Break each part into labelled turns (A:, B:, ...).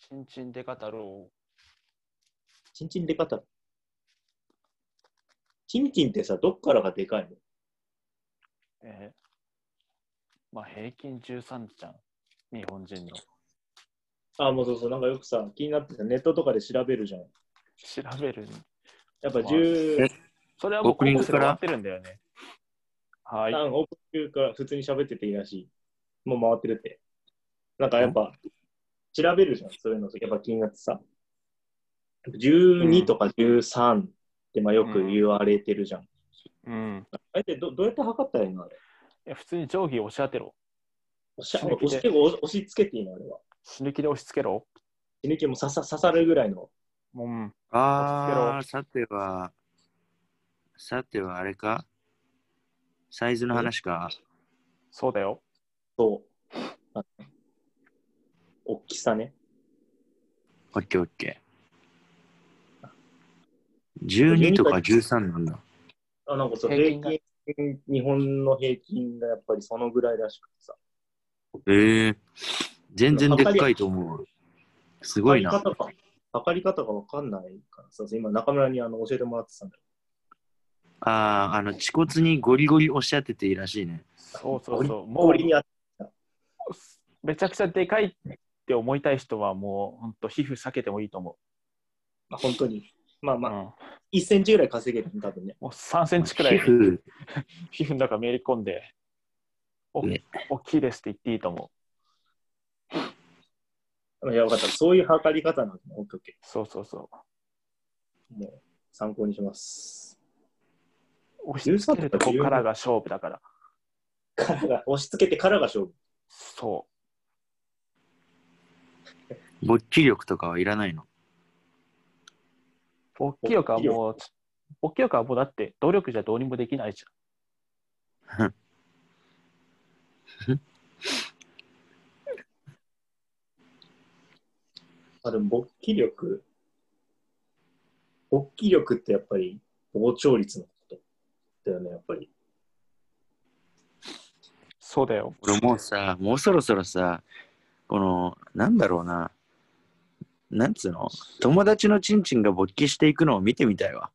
A: チンチンで語ろ
B: チンチンでかた。チンチンってさ、どっからがでかいの
A: う。えーまあ、平均13じゃん。日本人の。
B: あ、もうそうそう、なんかよくさ、気になってさ、ネットとかで調べるじゃん。
A: 調べる。
B: やっぱ
A: まあ
B: 10、
A: それはもう
C: オープニング
A: 高校生で終わってるんだよね。はい。
B: あオープニングから普通に喋ってていいらしい。もう回ってるって。なんかやっぱ、調べるじゃん、そういうの。やっぱ気になってさ。
A: うん
B: 12とか13ってまあよく言われてるじゃん。
A: うん。
B: あれってどどうやって測ったらいいのあれ。
A: いや普通に定規押し当てろ。
B: 押し
A: 死ぬ気で
B: 押し結構押し付けていいのあれは。
A: 死ぬ気で押し付けろ。
B: 死ぬ気も刺さ刺さるぐらいの。
A: うん。
C: ああ、さては、さてはあれかサイズの話か。
A: そうだよ。
B: そう。あ大きさね。
C: オッケーオッケー。12とか13なんだ。
B: あなんかそう
A: 平
B: 平
A: 均
B: 均
A: が
B: 日本の平均がやっぱりそのぐらいらしくてさ。
C: ええ全然でっかいと思う。すごいな。
B: 測り方が測り方がわかんないからさ、今中村にあの教えてもらってたんだよ。
C: ああ、あの、恥骨にゴリゴリ押し当てていいらしいね。
A: そうそうそう。もう
B: 氷にあ
A: めちゃくちゃでかいって思いたい人はもう本当皮膚避けてもいいと思
B: 本当に。まあ
A: う。
B: まあ、
A: うん
B: 1センチぐらい稼げるね、多分ね。
A: もう3センチくら
C: 皮
A: い
C: 膚、
A: 皮膚の中めり込んで、お
C: ね
A: 大きいですって言っていいと思う。
B: いや、分かった。そういう測り方なんで、オッケーオッケ
A: そうそうそ
B: ーもう参考にします。
A: う。押し付けるとこからが勝負だから。
B: からが押し付けてからが勝負。
A: そ
C: 勃起力とかはいらないの。
A: う。勃起力はもう、勃起力はもうだって努力じゃどうにもできないじ
B: あ、でも勃起力。勃起力ってやっぱり膨張率のことだよね、やっぱり。
A: ゃん。そうだよ。
C: 俺もうさ、もうそろそろさ、この、なんだろうな、なんつうの、友達のチンチンが勃起していくのを見てみたいわ。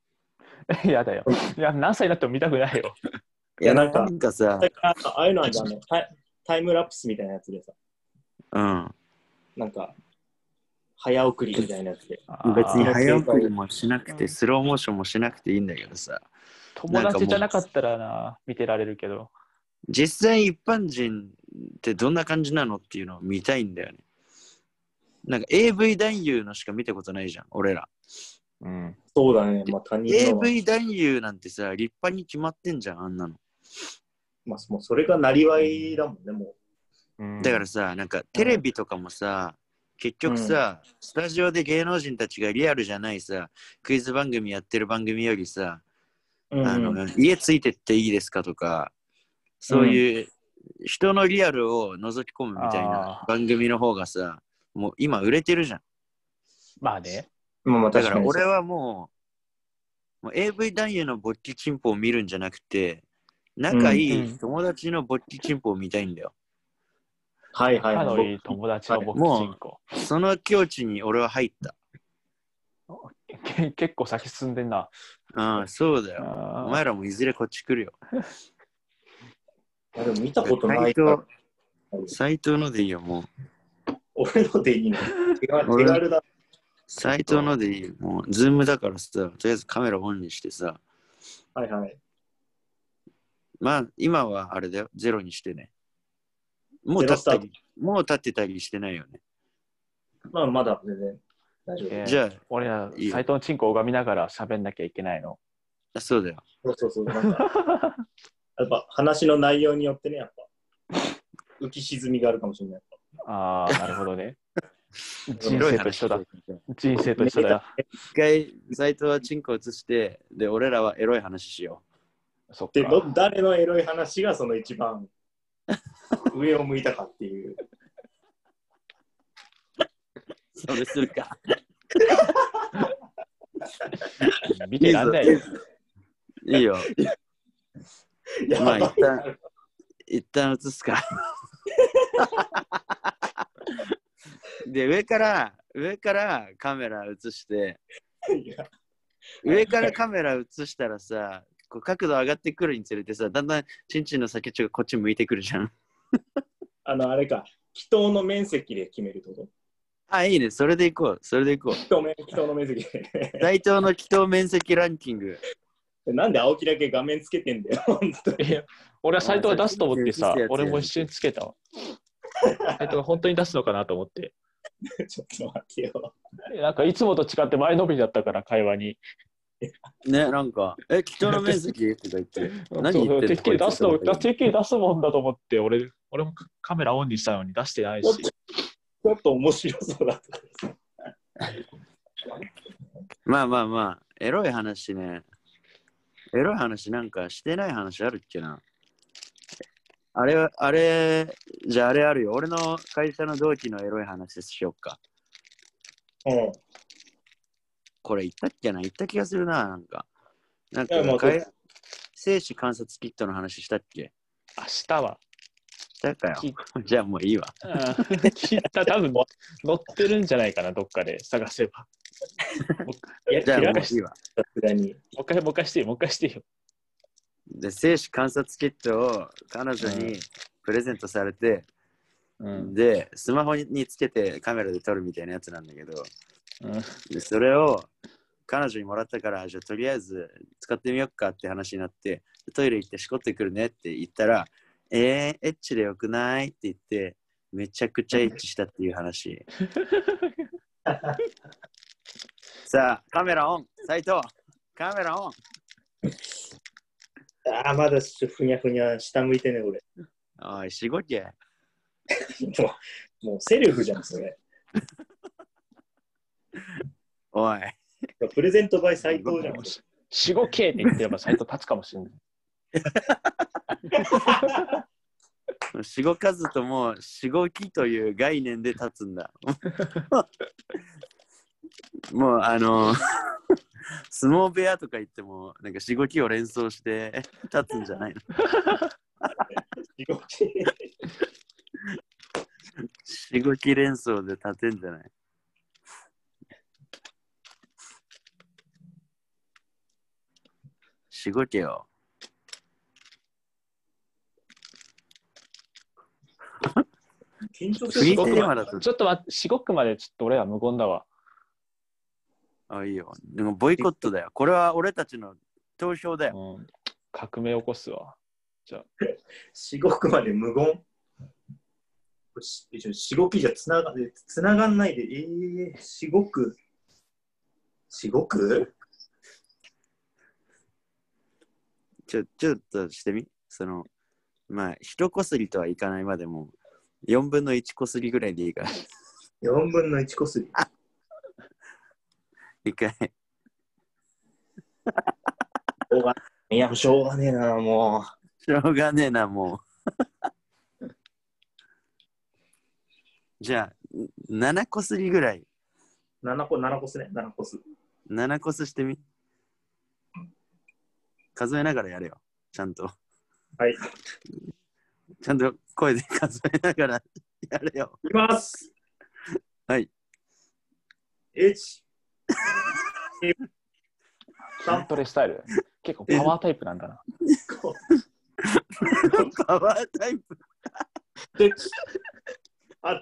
A: やだよ。いや、何歳になっても見たくないよ。
B: いやなんか
C: なんかさ、
B: あああいうのはじゃあのタイタイムラプスみたいなやつでさ、
C: うん、
B: なんか、早送りみたいなやつで。
C: 別に
A: あー
C: 早送りもしなく
A: うん
C: て、スローモーションもしなくていいんだけどさ、
A: 友達じゃなかったらな、見てられるけど。
C: 実際一般人ってどんな感じなのっていうのを見たいんだよね。なんか AV 男優のしか見たことないじゃん、俺ら。
A: うん。
B: そうだね、まあ他人のは。
C: AV 男優なんてさ、立派に決まってんじゃん、あんなの。
B: まあ、もうそれがなりわいだもんね、も
C: だからさ、なんかテレビとかもさ、結局さ、スタジオで芸能人たちがリアルじゃないさ、クイズ番組やってる番組よりさ、
B: う。
C: あの家ついてっていいですかとか、そういう人のリアルを覗き込むみたいな
A: あー
C: 番組の方がさ、もう今売れてるじゃん。
A: まあね。
B: まあまあ
C: だ
B: 確
C: か
B: からに。
C: 俺はもう、もう AV 男優の勃起チンポを見るんじゃなくて、仲い
A: うんう
C: い
A: ん
C: 友達の勃起チンポを見たいんだよ。
B: はいはい
A: 仲
B: は
A: のいい
B: い。
A: 友達の僕
C: はい
A: チンコ。
C: その境地に俺は入った。
A: け結構先進んでんな。
C: ああ、そうだよ。お
A: あ
C: 前らもいずれこっち来るよ。
B: いやでも見たことない
C: 斎
B: から。
C: 藤斎藤のでいいよ、もう。
B: 俺のでいい の。手軽手軽だ。
C: 斎藤のでいいよ、もう。ズームだからさ、とりあえずカメラオンにしてさ。
B: はいはい。
C: まあ、今はあれだよ、ゼロにしてね。もう
B: ゼロ
C: 立
B: ス
C: っ
B: タ
C: た
B: ート
C: り、もう立ってたりしてないよね。
B: まあまだ全然大丈夫。
A: ええ
C: じゃ
A: 俺ら、
C: いいよ
A: 斎藤のチンコを拝みながら喋んなきゃいけないの。
C: あ、そうだよ。
B: そうそうそう。 なんか、やっぱ話の内容によってね、やっぱ、浮き沈みがあるかもしれない。
A: ああ、なるほどね。人
C: 白い
A: 生と一緒
C: 話
A: だ。
C: 一
A: 人生と一緒だよ。
C: 回、斎藤はチンコ映して、で、俺らはエロい話しよ
A: そっ
B: で、ど
A: か。
B: 誰のエロい話がその一番上を向いたかって いう。
C: う。 それするか。
A: 見てらんないよ。
C: いいよ。
B: や
C: ま
B: ば
C: あ、
B: い
C: 一旦、一旦映すか。で、上から、上からカメラ映して、
B: いや
C: 上からカメラ映したらさ、こう角度上がってくるにつれてさ、だんだんチンチンの先っちょがこっち向いてくるじゃん。
B: あの、あれか、祈祷の面積で決めるってこ
C: あ、いいね。それでいこう。それで いこと
B: 祈祷面祈祷の面積で。
C: う。大東の祈祷面積ランキング。
B: なんで青木だけ画面つけてんだよ、 本当に。
A: いや、俺は斎藤が出すと思って
C: あ
A: さ
C: そうです、
A: 俺も一瞬つけたわ。斎藤が本当に出すのかなと思って。
B: ちょっと待ってよ。
A: なんかいつもと違って前のめりだったから、会話に。
C: ね、なんか、え、祈祷の面積とか言って。何言ってんの
A: てっきり出すの、
C: こいつ
A: てっきり出すもんだと思って、俺、俺もカメラオンにしたのに出してないし。
B: ちょっと面白そうだった。
C: まあまあまあ、エロい話ね。エロい話なんかしてない話あるっけな。あれは、あれ、じゃああれあるよ。俺の会社の同期のエロい話しよっか。
B: うん。
C: これ言ったっけな言った気がするな、なんか。な
B: い
C: ん
B: やま
C: か、
B: あ
C: かい精子観察キットの話したっけ
A: 明日は。
C: したかよ。
A: き
C: じゃあもういいわ。
A: うん聞いた、多分乗ってるんじゃないかな、どっかで探せば。も
B: いや
C: じゃあも
B: 開
C: う
B: かし
C: いいわ。
B: さすがに。
A: う一回、もう一回してよ、もう一回してよ。
C: で、精子観察キットを彼女
A: うん
C: にプレゼントされて、
A: うん。
C: で、スマホにつけてカメラで撮るみたいなやつなんだけど、
A: うん
C: でそれを彼女にもらったからじゃあとりあえず使ってみようかって話になってトイレ行ってしこってくるねって言ったらえー、エッチでよくないって言ってめちゃくちゃエッチしたってい う話さあカメラオン斉藤カメラオン
B: ああ、まだふにゃふにゃ、下向いてね、俺。
C: おいしごけ
B: もう、もうセルフじゃん、それ。
C: おい
B: プレゼントバイ斎藤じゃん。
A: 四五 K って言ってればサイト立つかもしれない。
C: しごかずともしごきという概念で立つんだ。もうあの相撲部屋とか言ってもなんかしごきを連想して立つんじゃないの しごき連想で立てんじゃないしごけよ。
B: 緊張す
C: フ
B: るす
C: リー
B: ご
C: テ
B: く
C: ー
B: ない
C: マだと。
A: ちょっと待って、四五区までちょっと俺は無言だわ。
C: あ、いいよ。でもボイコットだよ。これは俺たちの投票だよ。
A: うん、革命起こすわ。
B: 四五句まで無言。これし一応四五句じゃつながつながんないで、ええー、四五句。四五句
C: ちょ、ちょっとしてみその、まあ、一こすりとはいかないまでも、4分の1こすりぐらいでいいから、
B: 四分の一こすり。
C: 一回。
B: いや、もうしょうがねえな、も
C: しょうがねえな、もう。 じゃあ、7こすりぐらい、
B: う。七個、七個すね、七個す。
C: 7こすしてみ。数えながらやれよ、ちゃんと。
B: はい。
C: ちゃんと声で数えながらやれよ。
B: いきます。
C: はい。
B: 一。
A: 筋トレスタイル。結構パワータイプなんだな。
B: 個。
C: パワータイプ。
B: で。あ。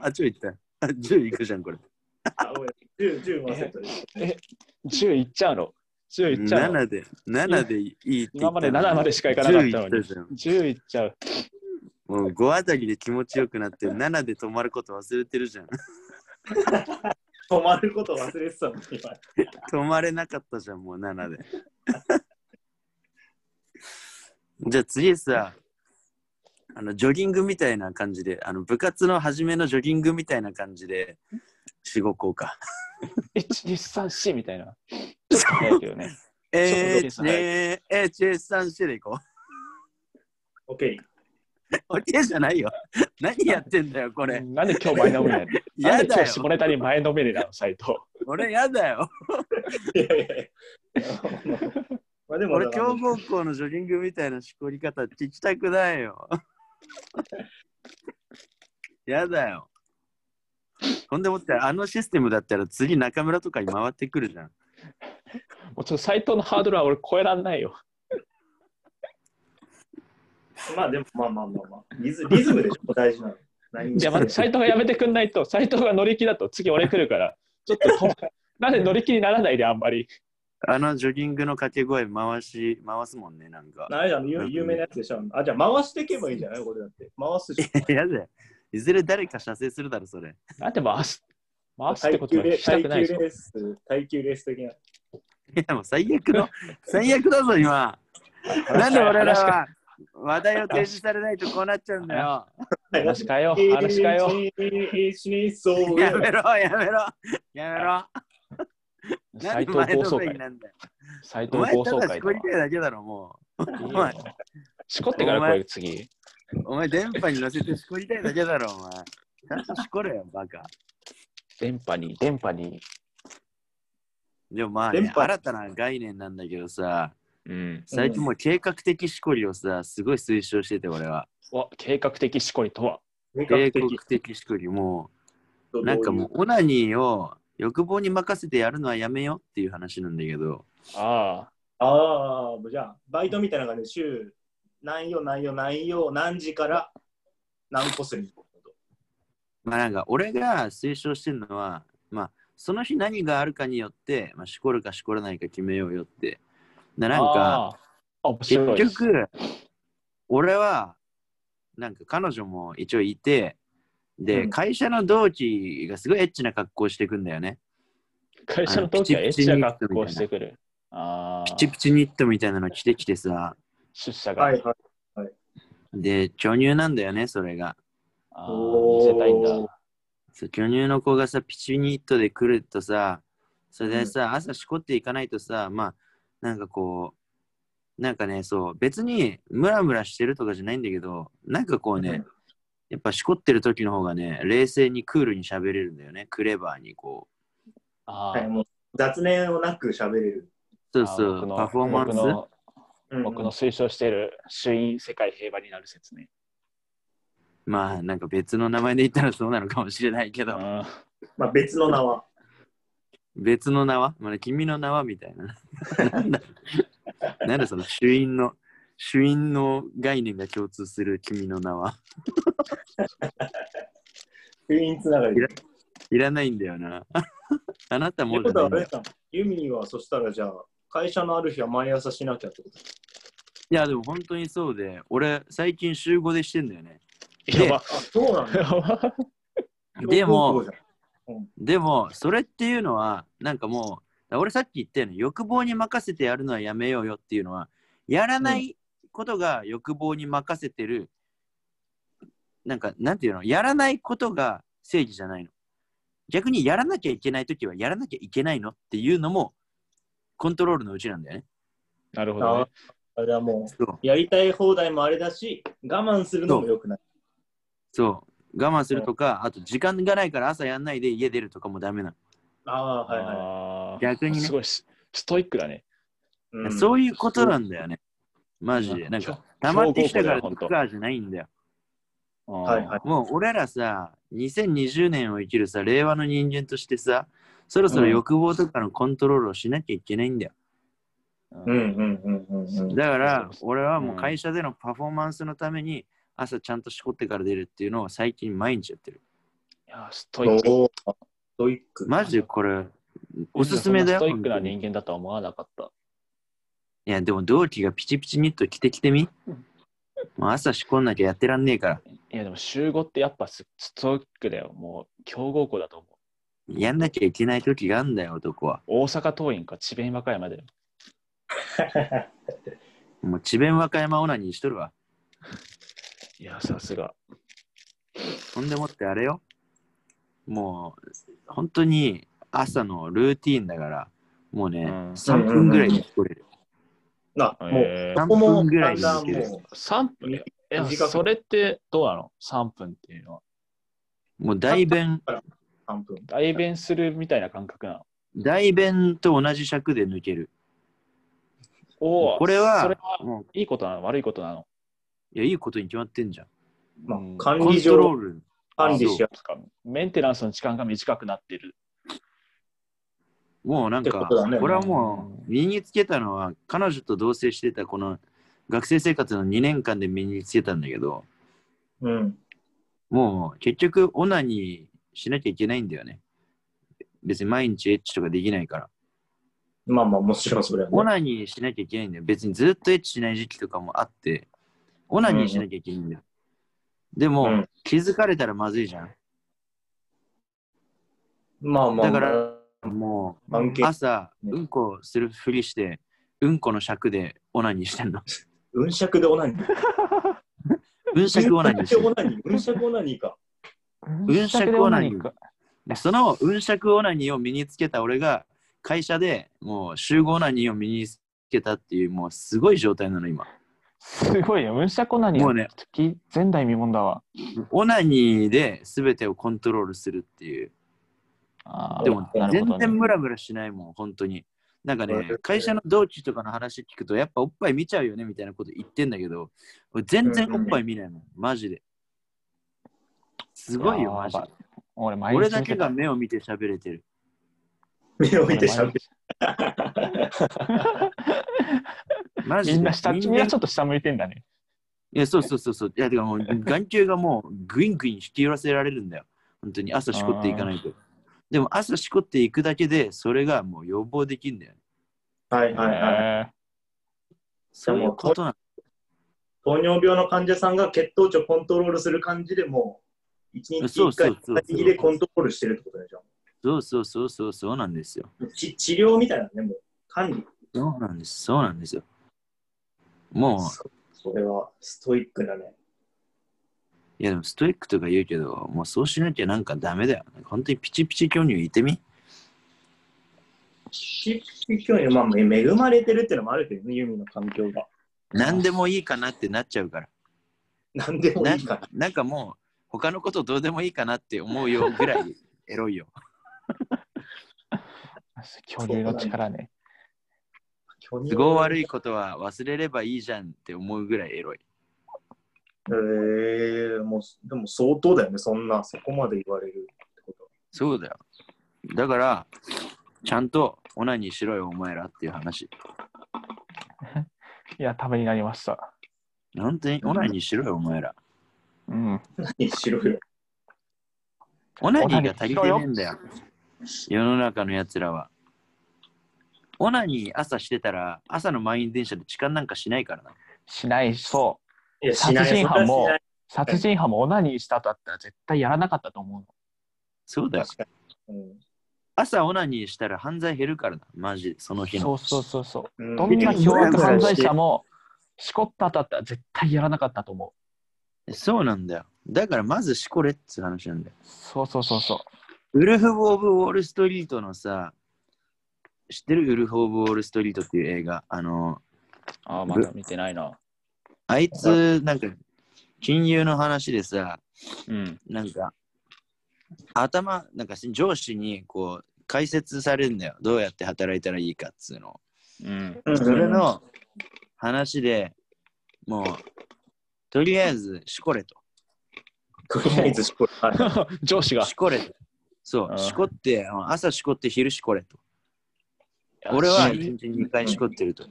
C: あ、10いった。あ、10いくじゃん、これ。
B: あ、ごめん。十、十ワンセットです。
A: 10いっちゃうの。10いっちゃうの。
C: 7で、7でいいって 言
A: 今
C: った
A: ま
C: の
A: で
C: に
A: 7までしかいかなかったの
C: 10い
A: に。
C: ったじゃん
A: 10いっちゃう。
C: もう5あたりで気持ちよくなって、7で止まること忘れてるじゃん。
B: 止まること忘れてたの、今。
C: 止まれなかったじゃん、もう7で。 じゃあ次さ、あのジョギングみたいな感じで、あの部活の初めのジョギングみたいな感じで、4、5校か。
A: 1234みたいな。ちょっと早いけどね。ちょ
C: え
A: っと
C: ー、
A: 待って
C: ねえー、HSC でい こ
B: オッケー。
C: う。OK じゃないよ。何やってんだよ、これ。
A: なんで今日前のめ りなのな
C: や
A: んで今
C: だよ
A: 日。下ネタに前のめりなの、斎藤。
C: 俺やだよ。
B: いやいやい や。まあでも、
C: 俺、強豪校のジョギングみたいなしこり方聞きたくない よ。やだよ。ほんでもって、あのシステムだったら次中村とかに回ってくるじゃん。
A: もうちょっと斎藤のハードルは俺超えらんない よ。
B: まあでも、まあまあまあまあ。リズリズムでしょ、大事なの。何
A: じゃあ待って、斎藤がやめてくんないと、斎藤が乗り気だと次俺来るから、ちょっと と、なんで乗り気にならないで、あんまり。
C: あのジョギングの掛け声回し、回すもんね、なんか。
B: あれだ、有有名なやつでしょ。あ、じゃあ回していけばいいんじゃないこれだって。回すでしょ。
C: やだよ。いずれ誰か射精するだろ、それ。
A: なんで回す、回すって
B: 耐
A: こと
B: 久
A: は
B: レ
A: した
B: 耐
A: く
B: 久
A: ないでしょ。
B: レース、耐久レース的な。
C: いや、もう最悪 の、最悪だぞ、今。なんで俺らは話題を提示されないとこうなっちゃうんだよ。
A: 話変えよう、話変えよ
B: そう
C: やめろ、やめろ、やめろ。
A: う。
C: な
A: 斎
C: んで
A: 藤
C: 前
A: 暴
C: の
A: 走
C: めり
A: 会。
C: なんだよ。
A: 斎
C: お
A: 藤
C: 前
A: 暴
C: た
A: 走
C: だ
A: 会
C: し
A: だ
C: こり
A: わ。
C: たいだけだろ、も。
A: いうい
C: お
A: よ
C: 前、
A: しこってから
C: お
A: こ
C: 前
A: れ次。
C: お前電波に乗せてしこりたいだけだろ、お前。ちゃんとしこれよ、バカ。
A: 電波に、電波に。
C: でもまあ、ね
B: 電、波
C: 新たな概念なんだけどさ、
A: うん。
C: 最近もう計画的しこりをさ、すごい推奨してて、俺は。
A: わ、計画的しこりとは。
B: 計
C: 計画的しこりもう、なんかもう、オナニーを欲望に任せてやるのはやめようっていう話なんだけど、
A: あ
B: ああ、じゃあ、バイトみたいな感じで、週、何曜、何曜、何曜、何時から何個する
C: まあなんか、俺が推奨してるのは、まあ、その日何があるかによって、まあ、しこるかしこらないか決めようよって。な
A: あ。
C: なんか、
A: ああ、面白
C: 結
A: い。
C: 局、俺は、なんか彼女も一応いて、で、
B: うん
C: 会社の同期がすごいエッチな格好してくんだよね。
A: 会社の同期はエッチな格好をしてくる。あ
C: ピ
A: あ。
C: チピチニットみたいなの着てきてさ、
A: 出社が。
B: はいはい。
C: で、巨乳なんだよね、それが。
A: あー見せたいんだ。
C: そう巨乳の子がさ、ピチニットで来るとさ、それでさ、朝しこっていかないとさ、まあ、なんかこう、なんかね、そう、別にムラムラしてるとかじゃないんだけど、なんかこうね、
B: うん
C: やっぱしこってる時の方がね、冷静にクールに喋れるんだよね、クレバーにこ
A: あ
B: はい、
A: ー
B: もう雑念をなく喋れる。
C: う。そう
A: あ
C: そ
A: ー僕
C: う、
A: の
C: パフォーマン
A: 僕
C: ス
A: の
B: うん
A: 僕の推奨している衆院世界平和になる説ね。
C: まあ、なんか別の名前で言ったらそうなのかもしれないけ
A: う
C: ど、
A: ん、
B: まあ、別の名は。
C: 別の名は、まあ、君の名はみたいな。なんだなんだその主因の、主因の概念が共通する君の名は。
B: 封印つながり。っ
C: いらないんだよな。 あなたも
B: て
C: うじ
B: こと
C: ゃない
B: は、あれ
C: んだよ
B: さ、ユミはそしたらじゃあ、会社のある日は毎朝しなきゃってこと
C: いや、でも本当にそうで、俺、最近週5でしてんだよね。
A: やば。
B: あ、そうなんだ。
C: でも、
B: そうじ
C: でも、それっていうのは、なんかもう、俺さっき言ったように、欲望に任せてやるのはやめようよっていうのは、やらないことが欲望に任せてる、なんか、なんていうの、やらないことが正義じゃないの。逆にやらなきゃいけないときは、やらなきゃいけないのっていうのも、コントロールのうちなんだよね。
A: なるほ
B: ゃん
A: ど、
B: あ
A: ね。
B: あ、じゃあもう、
C: そう。
B: やりたい放題もあれだし、我慢するのもよくない。
C: そう。我慢するとか、あと時間がないから朝やんないで家出るとかもダメなの。
B: ああー、はいはい。
A: あー
C: 逆にね
A: すごいスストイックだね。
B: うん
C: そういうことなんだよね。マジで。なんか、溜まってきたから
A: 超豪華だよほんと。
C: とかじゃないんだよ。
B: はいはいい。
C: もう俺らさ、2020年を生きるさ、令和の人間としてさ、そろそろ欲望とかのコントロールをしなきゃいけないんだよ。
A: う
B: うん
A: ん
B: うんうんうんうん。
C: だから
A: そう、そ
C: 俺はもううん会社でのパフォーマンスのために、朝ちゃんとしこってから出るっていうのを最近毎日やってる。
A: いやストイック。
B: おーストイック。
C: マジでこれ、おすすめだよ。
A: そんなストイックな
C: 本当に
A: 人間だとは思わなかった。
C: いや、でも同期がピチピチニット着てきてみ。もう朝しこんなきゃやってらんねえから。
A: いやでも週5ってやっぱスストイックだよ。もう強豪校だと思う。
C: やんなきゃいけない時があんだよ、男は。
A: 大阪桐蔭か智弁和歌山だよ。
C: もう智弁和歌山オナニーしとるわ。
A: いやさすが。
C: ほんでもってあれよ。もう、本当に朝のルーティーンだから、もうね、
A: うん
C: 3分ぐらいでこれる。
B: な、もう、
A: えー
B: こ
C: 3
B: こも
C: 分ぐらいで
B: だ
C: 抜
B: ん
C: け
B: だん
C: る。
B: も
A: 3分いや
B: 短く
A: それってどうなの ?3 分っていうのは。
C: もう代弁、
B: う3分。
A: 代弁するみたいな感覚なの。
C: 代弁と同じ尺で抜ける。
A: おー
C: これは
A: それは
C: もう、
A: いいことなの悪いことなの
C: いや、いいことに決まってんじゃん。
B: まあ
A: うん、
B: 管
C: コン
B: 理
C: トロー
B: 上、
C: ル。
B: 管理しや
A: うかメンテナンスの時間が短くなってる。
C: もうなん
B: って
C: か
B: ことだね、
C: 俺はもう身につけたのは、彼女と同棲してたこの学生生活の2年間で身につけたんだけど、
B: うん。
C: もう結局オナにしなきゃいけないんだよね。別に毎日エッチとかできないから。
B: まあまあ、もちろんそれは、ね。
C: オナニーしなきゃいけないんだよ。別にずっとエッチしない時期とかもあって、オナニーしなきゃいけないんだよ。でも、
B: うん
C: 気づかれたらまずいじゃ
B: まあまあ、
C: だからん。もう、
B: 案件
C: 朝、うんこするふりして、うんこの尺でオナニーしてんの。
B: うんしゃくでオナニー。
C: うん尺オナニーしてんの。
B: うんしゃくオナニーか。
C: うんしゃくオナニーか。でそのうんしゃくオナニーを身につけた俺が、会社でもう集合オナニーを身につけたっていう、もうすごい状態なの、今。
A: すごいね。うんしゃこなに
C: もうね、
A: 月前代未聞だわ。
C: オナニーで全てをコントロールするっていう。
A: あー
C: でも
A: なる
C: 全
A: ほどね
C: 然ムラムラしないもん、本当に。なんか
B: わ
C: ね
B: かる、
C: 会社の同期とかの話聞くと、やっぱおっぱい見ちゃうよねみたいなこと言ってんだけど、俺全然おっぱい見ないもん、マジで。すごいよ、
A: やー
C: マジで
A: ば。俺、毎日
C: 俺だけが目を見て喋れてる。
B: 目を見
A: 見
B: て
A: て
B: したゃべる。
C: マジ で。
A: みんな下、み
C: 人
A: んな
C: 間
A: ちょっと下向いてんだね。
C: いや、そうそうそうそう。いや、てかもう、眼球がもう、グイングイン引き寄らせられるんだよ。本当に、朝しこっていかないと。でも、朝しこっていくだけで、それがもう予防できるんだよ。
B: はいはいはい。
A: へー
C: そういうことなの
B: 糖尿病の患者さんが血糖値をコントロールする感じでもう、一日
C: そう
B: 一
C: そう
B: 回、
C: そうそう
B: 一日でコントロールしてるってことでしょ。
C: そうそうそうそう、そうなんですよ。
B: ち治療みたいなね、もう管理。
C: そうなんです、そうなんですよ。もう、
B: そそれはストイックだね。
C: いやでもストイックとか言うけど、もうそうしなきゃなんかダメだよ。本当にピチピチ巨乳いてみ
B: 地域教育、まあ、恵まれてるってのもあるけどね、ユミの環境が。
C: 何でもいいかなってなっちゃうから。
B: なんでも
C: ないん
B: いか
C: かなんかもう、他のことどうでもいいかなって思うよぐらいエロ いよ。
A: 恐竜の力ね。
B: ら。
C: 都合悪
B: い。
C: いことは忘れればいいじゃんって思うぐらいエロい。
B: えー、もう、でも相当だよね、そんな、そこまで言われる ってこと。
C: そうだよ。だから、ちゃんとオナニーしろよ、お前らっていう話。
A: いや、ためになりました。
C: 本当にオナニーしろよ、お前ら。
A: うん。
B: 何しろよ。
C: オナニーが足りてねえんだよ。世の中のやつらは。オナニー朝してたら、朝の満員電車で痴漢なんかしないからな。
A: しない、そう。
B: いや、
A: 殺人犯も
B: それはし
A: 殺人犯もオナニーした後だったら絶対やらなかったと思うの。
C: そうだ
B: ない
C: よ。
B: 確かに。うん
C: 朝オナニーしたら犯罪減るからな。マジで、その日
A: そ
C: の。
A: うそうそうそう。
B: うん
A: どんな凶悪犯罪者
B: も
A: も、しこった後だったら絶対やらなかったと思う。
C: そうなんだよ。だからまずしこれっつう話なんだよ。
A: そうそうそうそう。
C: ウルフ・オブ・ウォール・ストリートのさ、知ってるウルフ・オブ・ウォール・ストリートっていう映画。あの、
A: ああ、
C: ま
A: ま
C: だ
A: だ見てないな。
C: あいつ、なんか、金融の話でさ、
A: うん。
C: なんか、頭、なんか上司にこう、解説されるんだよ。どうやって働いたらいいかっつうの。
A: うん。
B: うん
C: それの話でもう、とりあえず、しこれと。
B: とりあえずしこれ。はい
A: 上司が
C: し。これと。そ
A: あ
C: う、
A: ー
C: しこって、うん朝しこって、昼しこれと。俺は
A: うん
C: 1日2回しこってると。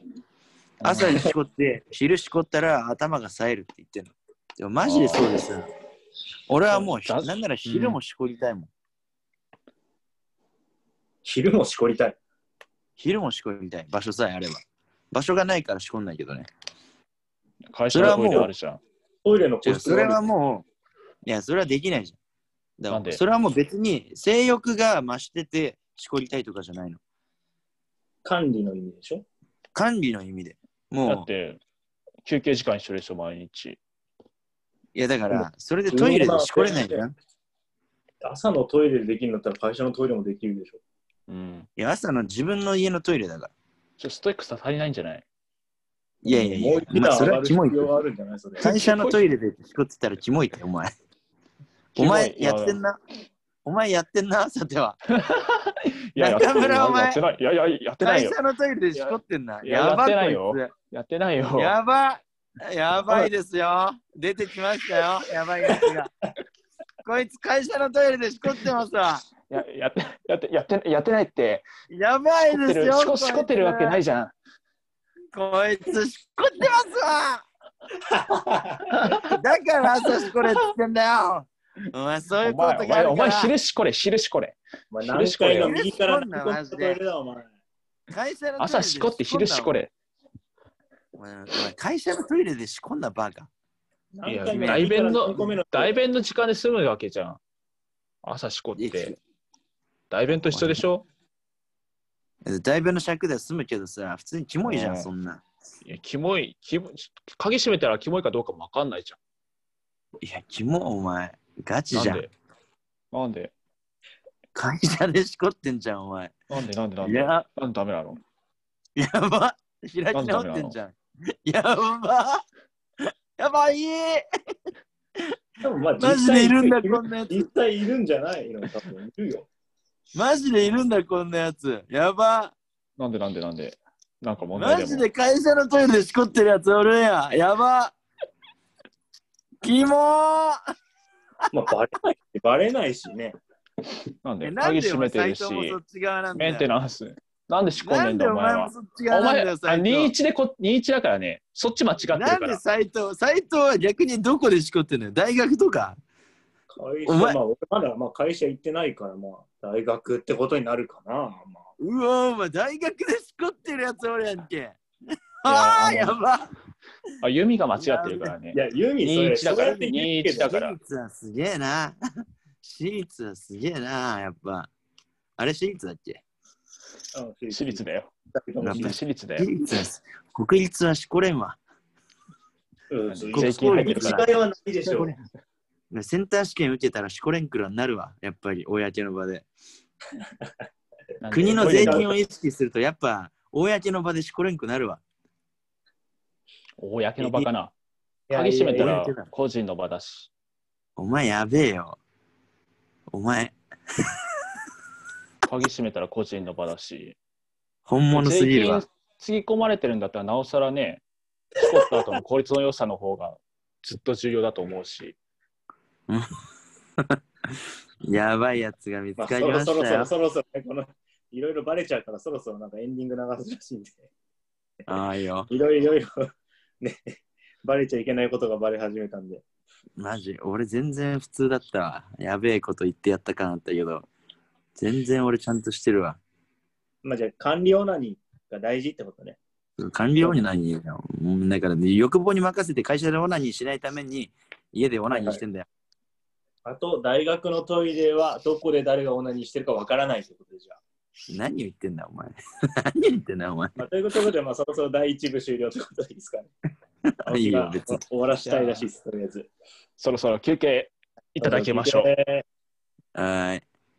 C: 朝しこって、昼しこったら頭が冴えるって言ってんの。でもマジでそうですよ。俺はもうひ、
A: だ
C: なんなら昼もしこりたいもん。
B: 昼もしこりたい。
C: 昼もしこりたい。場所さえあれば。場所がないからしこんないけどね。
A: 会
C: 社
A: 社
C: の
A: のト
C: トイ
A: イレ
C: レあ
A: あ
C: る
A: るじゃん。
B: トイレの個
C: じゃあ
B: 室
C: それ
B: があ
C: は
B: る
C: もう、いや、それはできないじゃん。だか
A: なん
C: ら
A: で
C: それはもう別に性欲が増しててしこりたいとかじゃないの。
B: 管理の意味でしょ
C: 管理の意味で。
A: だ
C: も
A: っ
C: う、
A: て、休憩時間一緒でしょ、毎日。
C: いやだか
B: で
C: ら
B: も、
C: それでトイレでしこれないじゃん。い
B: 朝のトイレでできるんだったら会社のトイレもできるでしょ
A: うん。
C: や、朝の自分の家のトイレだから。
A: ちょストイックさ足りないんじゃない
C: いやいやい
B: も
C: や
B: う、
C: お前それはキモいって
B: 必要があるんじゃないそれ。
C: 会社のトイレでしこってたらキモいって、お前。お前やってんな。お前やってんな、朝では。
A: いや、やって
C: 中村お前
A: やってない。いやいや、やってない
C: 会
A: よ。
C: 社のトイレでしこってんな。
A: いや
C: ば
A: やってないよ
C: こいつ
A: やってないよ。
C: やばいやばいですよ出てきましたよやばいやつがこいつ会社のトイレでしこってますわ。
A: ややってやってやってやってないって
C: やば
A: し
C: い
A: こって
C: です
A: る
C: よ。。
A: しこしこってるわけないいじゃん
C: こいつしこってますわ。だから朝しこれっつってんだよ。お前そうい
A: お
C: うことが
A: 前
C: ある
A: お
C: から
A: 前お前知るしこれ知るしこれ
B: お 前
A: 昼
B: 何
A: しこれ
B: 回
A: よ
B: の右から
C: 昼しこんな
B: こ
C: マ
B: っ
C: ジ
B: ち
C: で
B: 取れだお前。
C: 会社のトイレで
A: 朝しこって昼しこれ
C: お前お前会社のトイレでしこんなバカ。
A: いや
B: 何回目
A: 代弁の
B: 二個目の
A: 代弁の時間で済むわけじゃん朝しこっ
C: いや違
A: て代弁と一緒でしょ
C: うだいぶの尺では済むけどさ、普通にキモいじゃ、
A: うんん
C: そんな。
A: いやキモいキモい鍵閉めたらキモいかどうかも分かんないじ
C: いや、キモ、お前。ガチ
A: ゃん
C: じ
A: な
C: ゃ
A: ん
C: ん。
A: でなんで
C: 会社でしこってんじゃん、お前。
A: なんでなんでなん
C: い
A: で
C: や、
A: なんでダメなの
C: やば開き直ってんじゃん。やばやばい
B: でもまあ
C: マジでいるんだ、
B: 実際
C: こんなやつ。
B: 実際いるんじゃないの多分いるよ。
C: マジでいるんだ、こんなやつ。やば
A: なんでなんでなんでなんか問題
C: マ
A: で
C: ジ
A: も
C: で会社のトイレでしこってるやつおるんや。やばキモー
B: まあバレないし、バレないしね。
A: なん
C: え
A: で
C: なん
A: 鍵
C: で
A: 閉
C: お
A: め
C: 前
A: てる
C: 斎
A: し
C: 藤もそっち側なんだ
A: メンテ
C: よ。
A: ナンスなんで仕込ん
C: な
A: で
C: ん
A: ん
C: で
A: だ
C: お
A: お前
C: 前も
A: は
C: そっち
A: お
C: 側なん
A: 前
C: だよ、
A: あ
C: 斎藤。
A: 21でこ21だからねそっち間違ってる
C: なん
A: か
C: で
A: ら
C: 斎藤斎藤は逆にどこでしこってんのよ大学とか
B: 会社、
C: お
B: ま
C: 前
B: あ、俺まだまあ会社行ってないから、まあ、大学ってことになるかな。まあ、
C: うわお前大学でしこってるやつおるやんけ。
A: あ
C: あー
A: の
C: やば
A: あユミが間違ってるからね
B: いや、ユミ、それ、
A: 21だから
B: そうやって言うけど
A: 21だから
C: シーツはすげえな。 シーツはすげえな、やっぱ。あれシーツだっけ
B: うん
A: 私立だよ
C: やっ
A: みん
C: ぱ
A: な私立だ
C: シ
A: よ
C: ーツはす国立はしこれんわ。
B: うんそう
A: 税金入ってる
B: 違
A: か
B: い
A: ら
B: はないでしょ。
C: センター試験受けたらしこれんくらになるわ、やっぱり、公の場で。
A: なんで
C: 国の税金を意識すると、やっぱ、公の場でしこれんくなるわ。
A: 公の場かな
B: や
A: 鍵閉めた
C: いや
A: ら
C: いやいや
A: 個人の場だし
C: お前やべえよ。お前、
A: 鍵閉めたら個人の場だし
C: 本物すぎるわ
A: 税。金つぎ込まれてるんだったらなおさらね仕込った後の効率の良さの方がずっと重要だと思うし
C: やばいやつが見つ
B: まあ、
C: か
B: そ
C: り
B: ろ
C: ま
B: そ
C: し
B: ろ
C: た
B: そろ
C: よ。
B: そろそろ、ね、この、いろいろバレちゃうから、そろそろなんかエンディング流すらしいんで、
C: ああよ。
B: いろいろいろ、ね、バレちゃいけないことがバレ始めたんで。
C: マジ、俺全然普通だったわ。やべえこと言ってやったかなったけど、全然俺ちゃんとしてるわ。
B: まあ、じゃあ、管理オナニーが大事ってことね。
C: 管理オナニーじゃんうん。だから、ね、欲望に任せて会社でオナニーしないために、家でオナニーしてんだよ。
B: あと、大学のトイレはどこで誰がオナニーしてるかわからないってことでじゃあ。
C: 何を言ってんだ、お前。 何を言ってんだ、お前。
B: まあ、ということで、まあ、そろそろ第一部終了ってことでいいですかね。
C: いいよ別に
B: 終わらしたいらしいです、とりあえず。
A: そろそろ休憩いただきましょう
B: えー
C: はーい。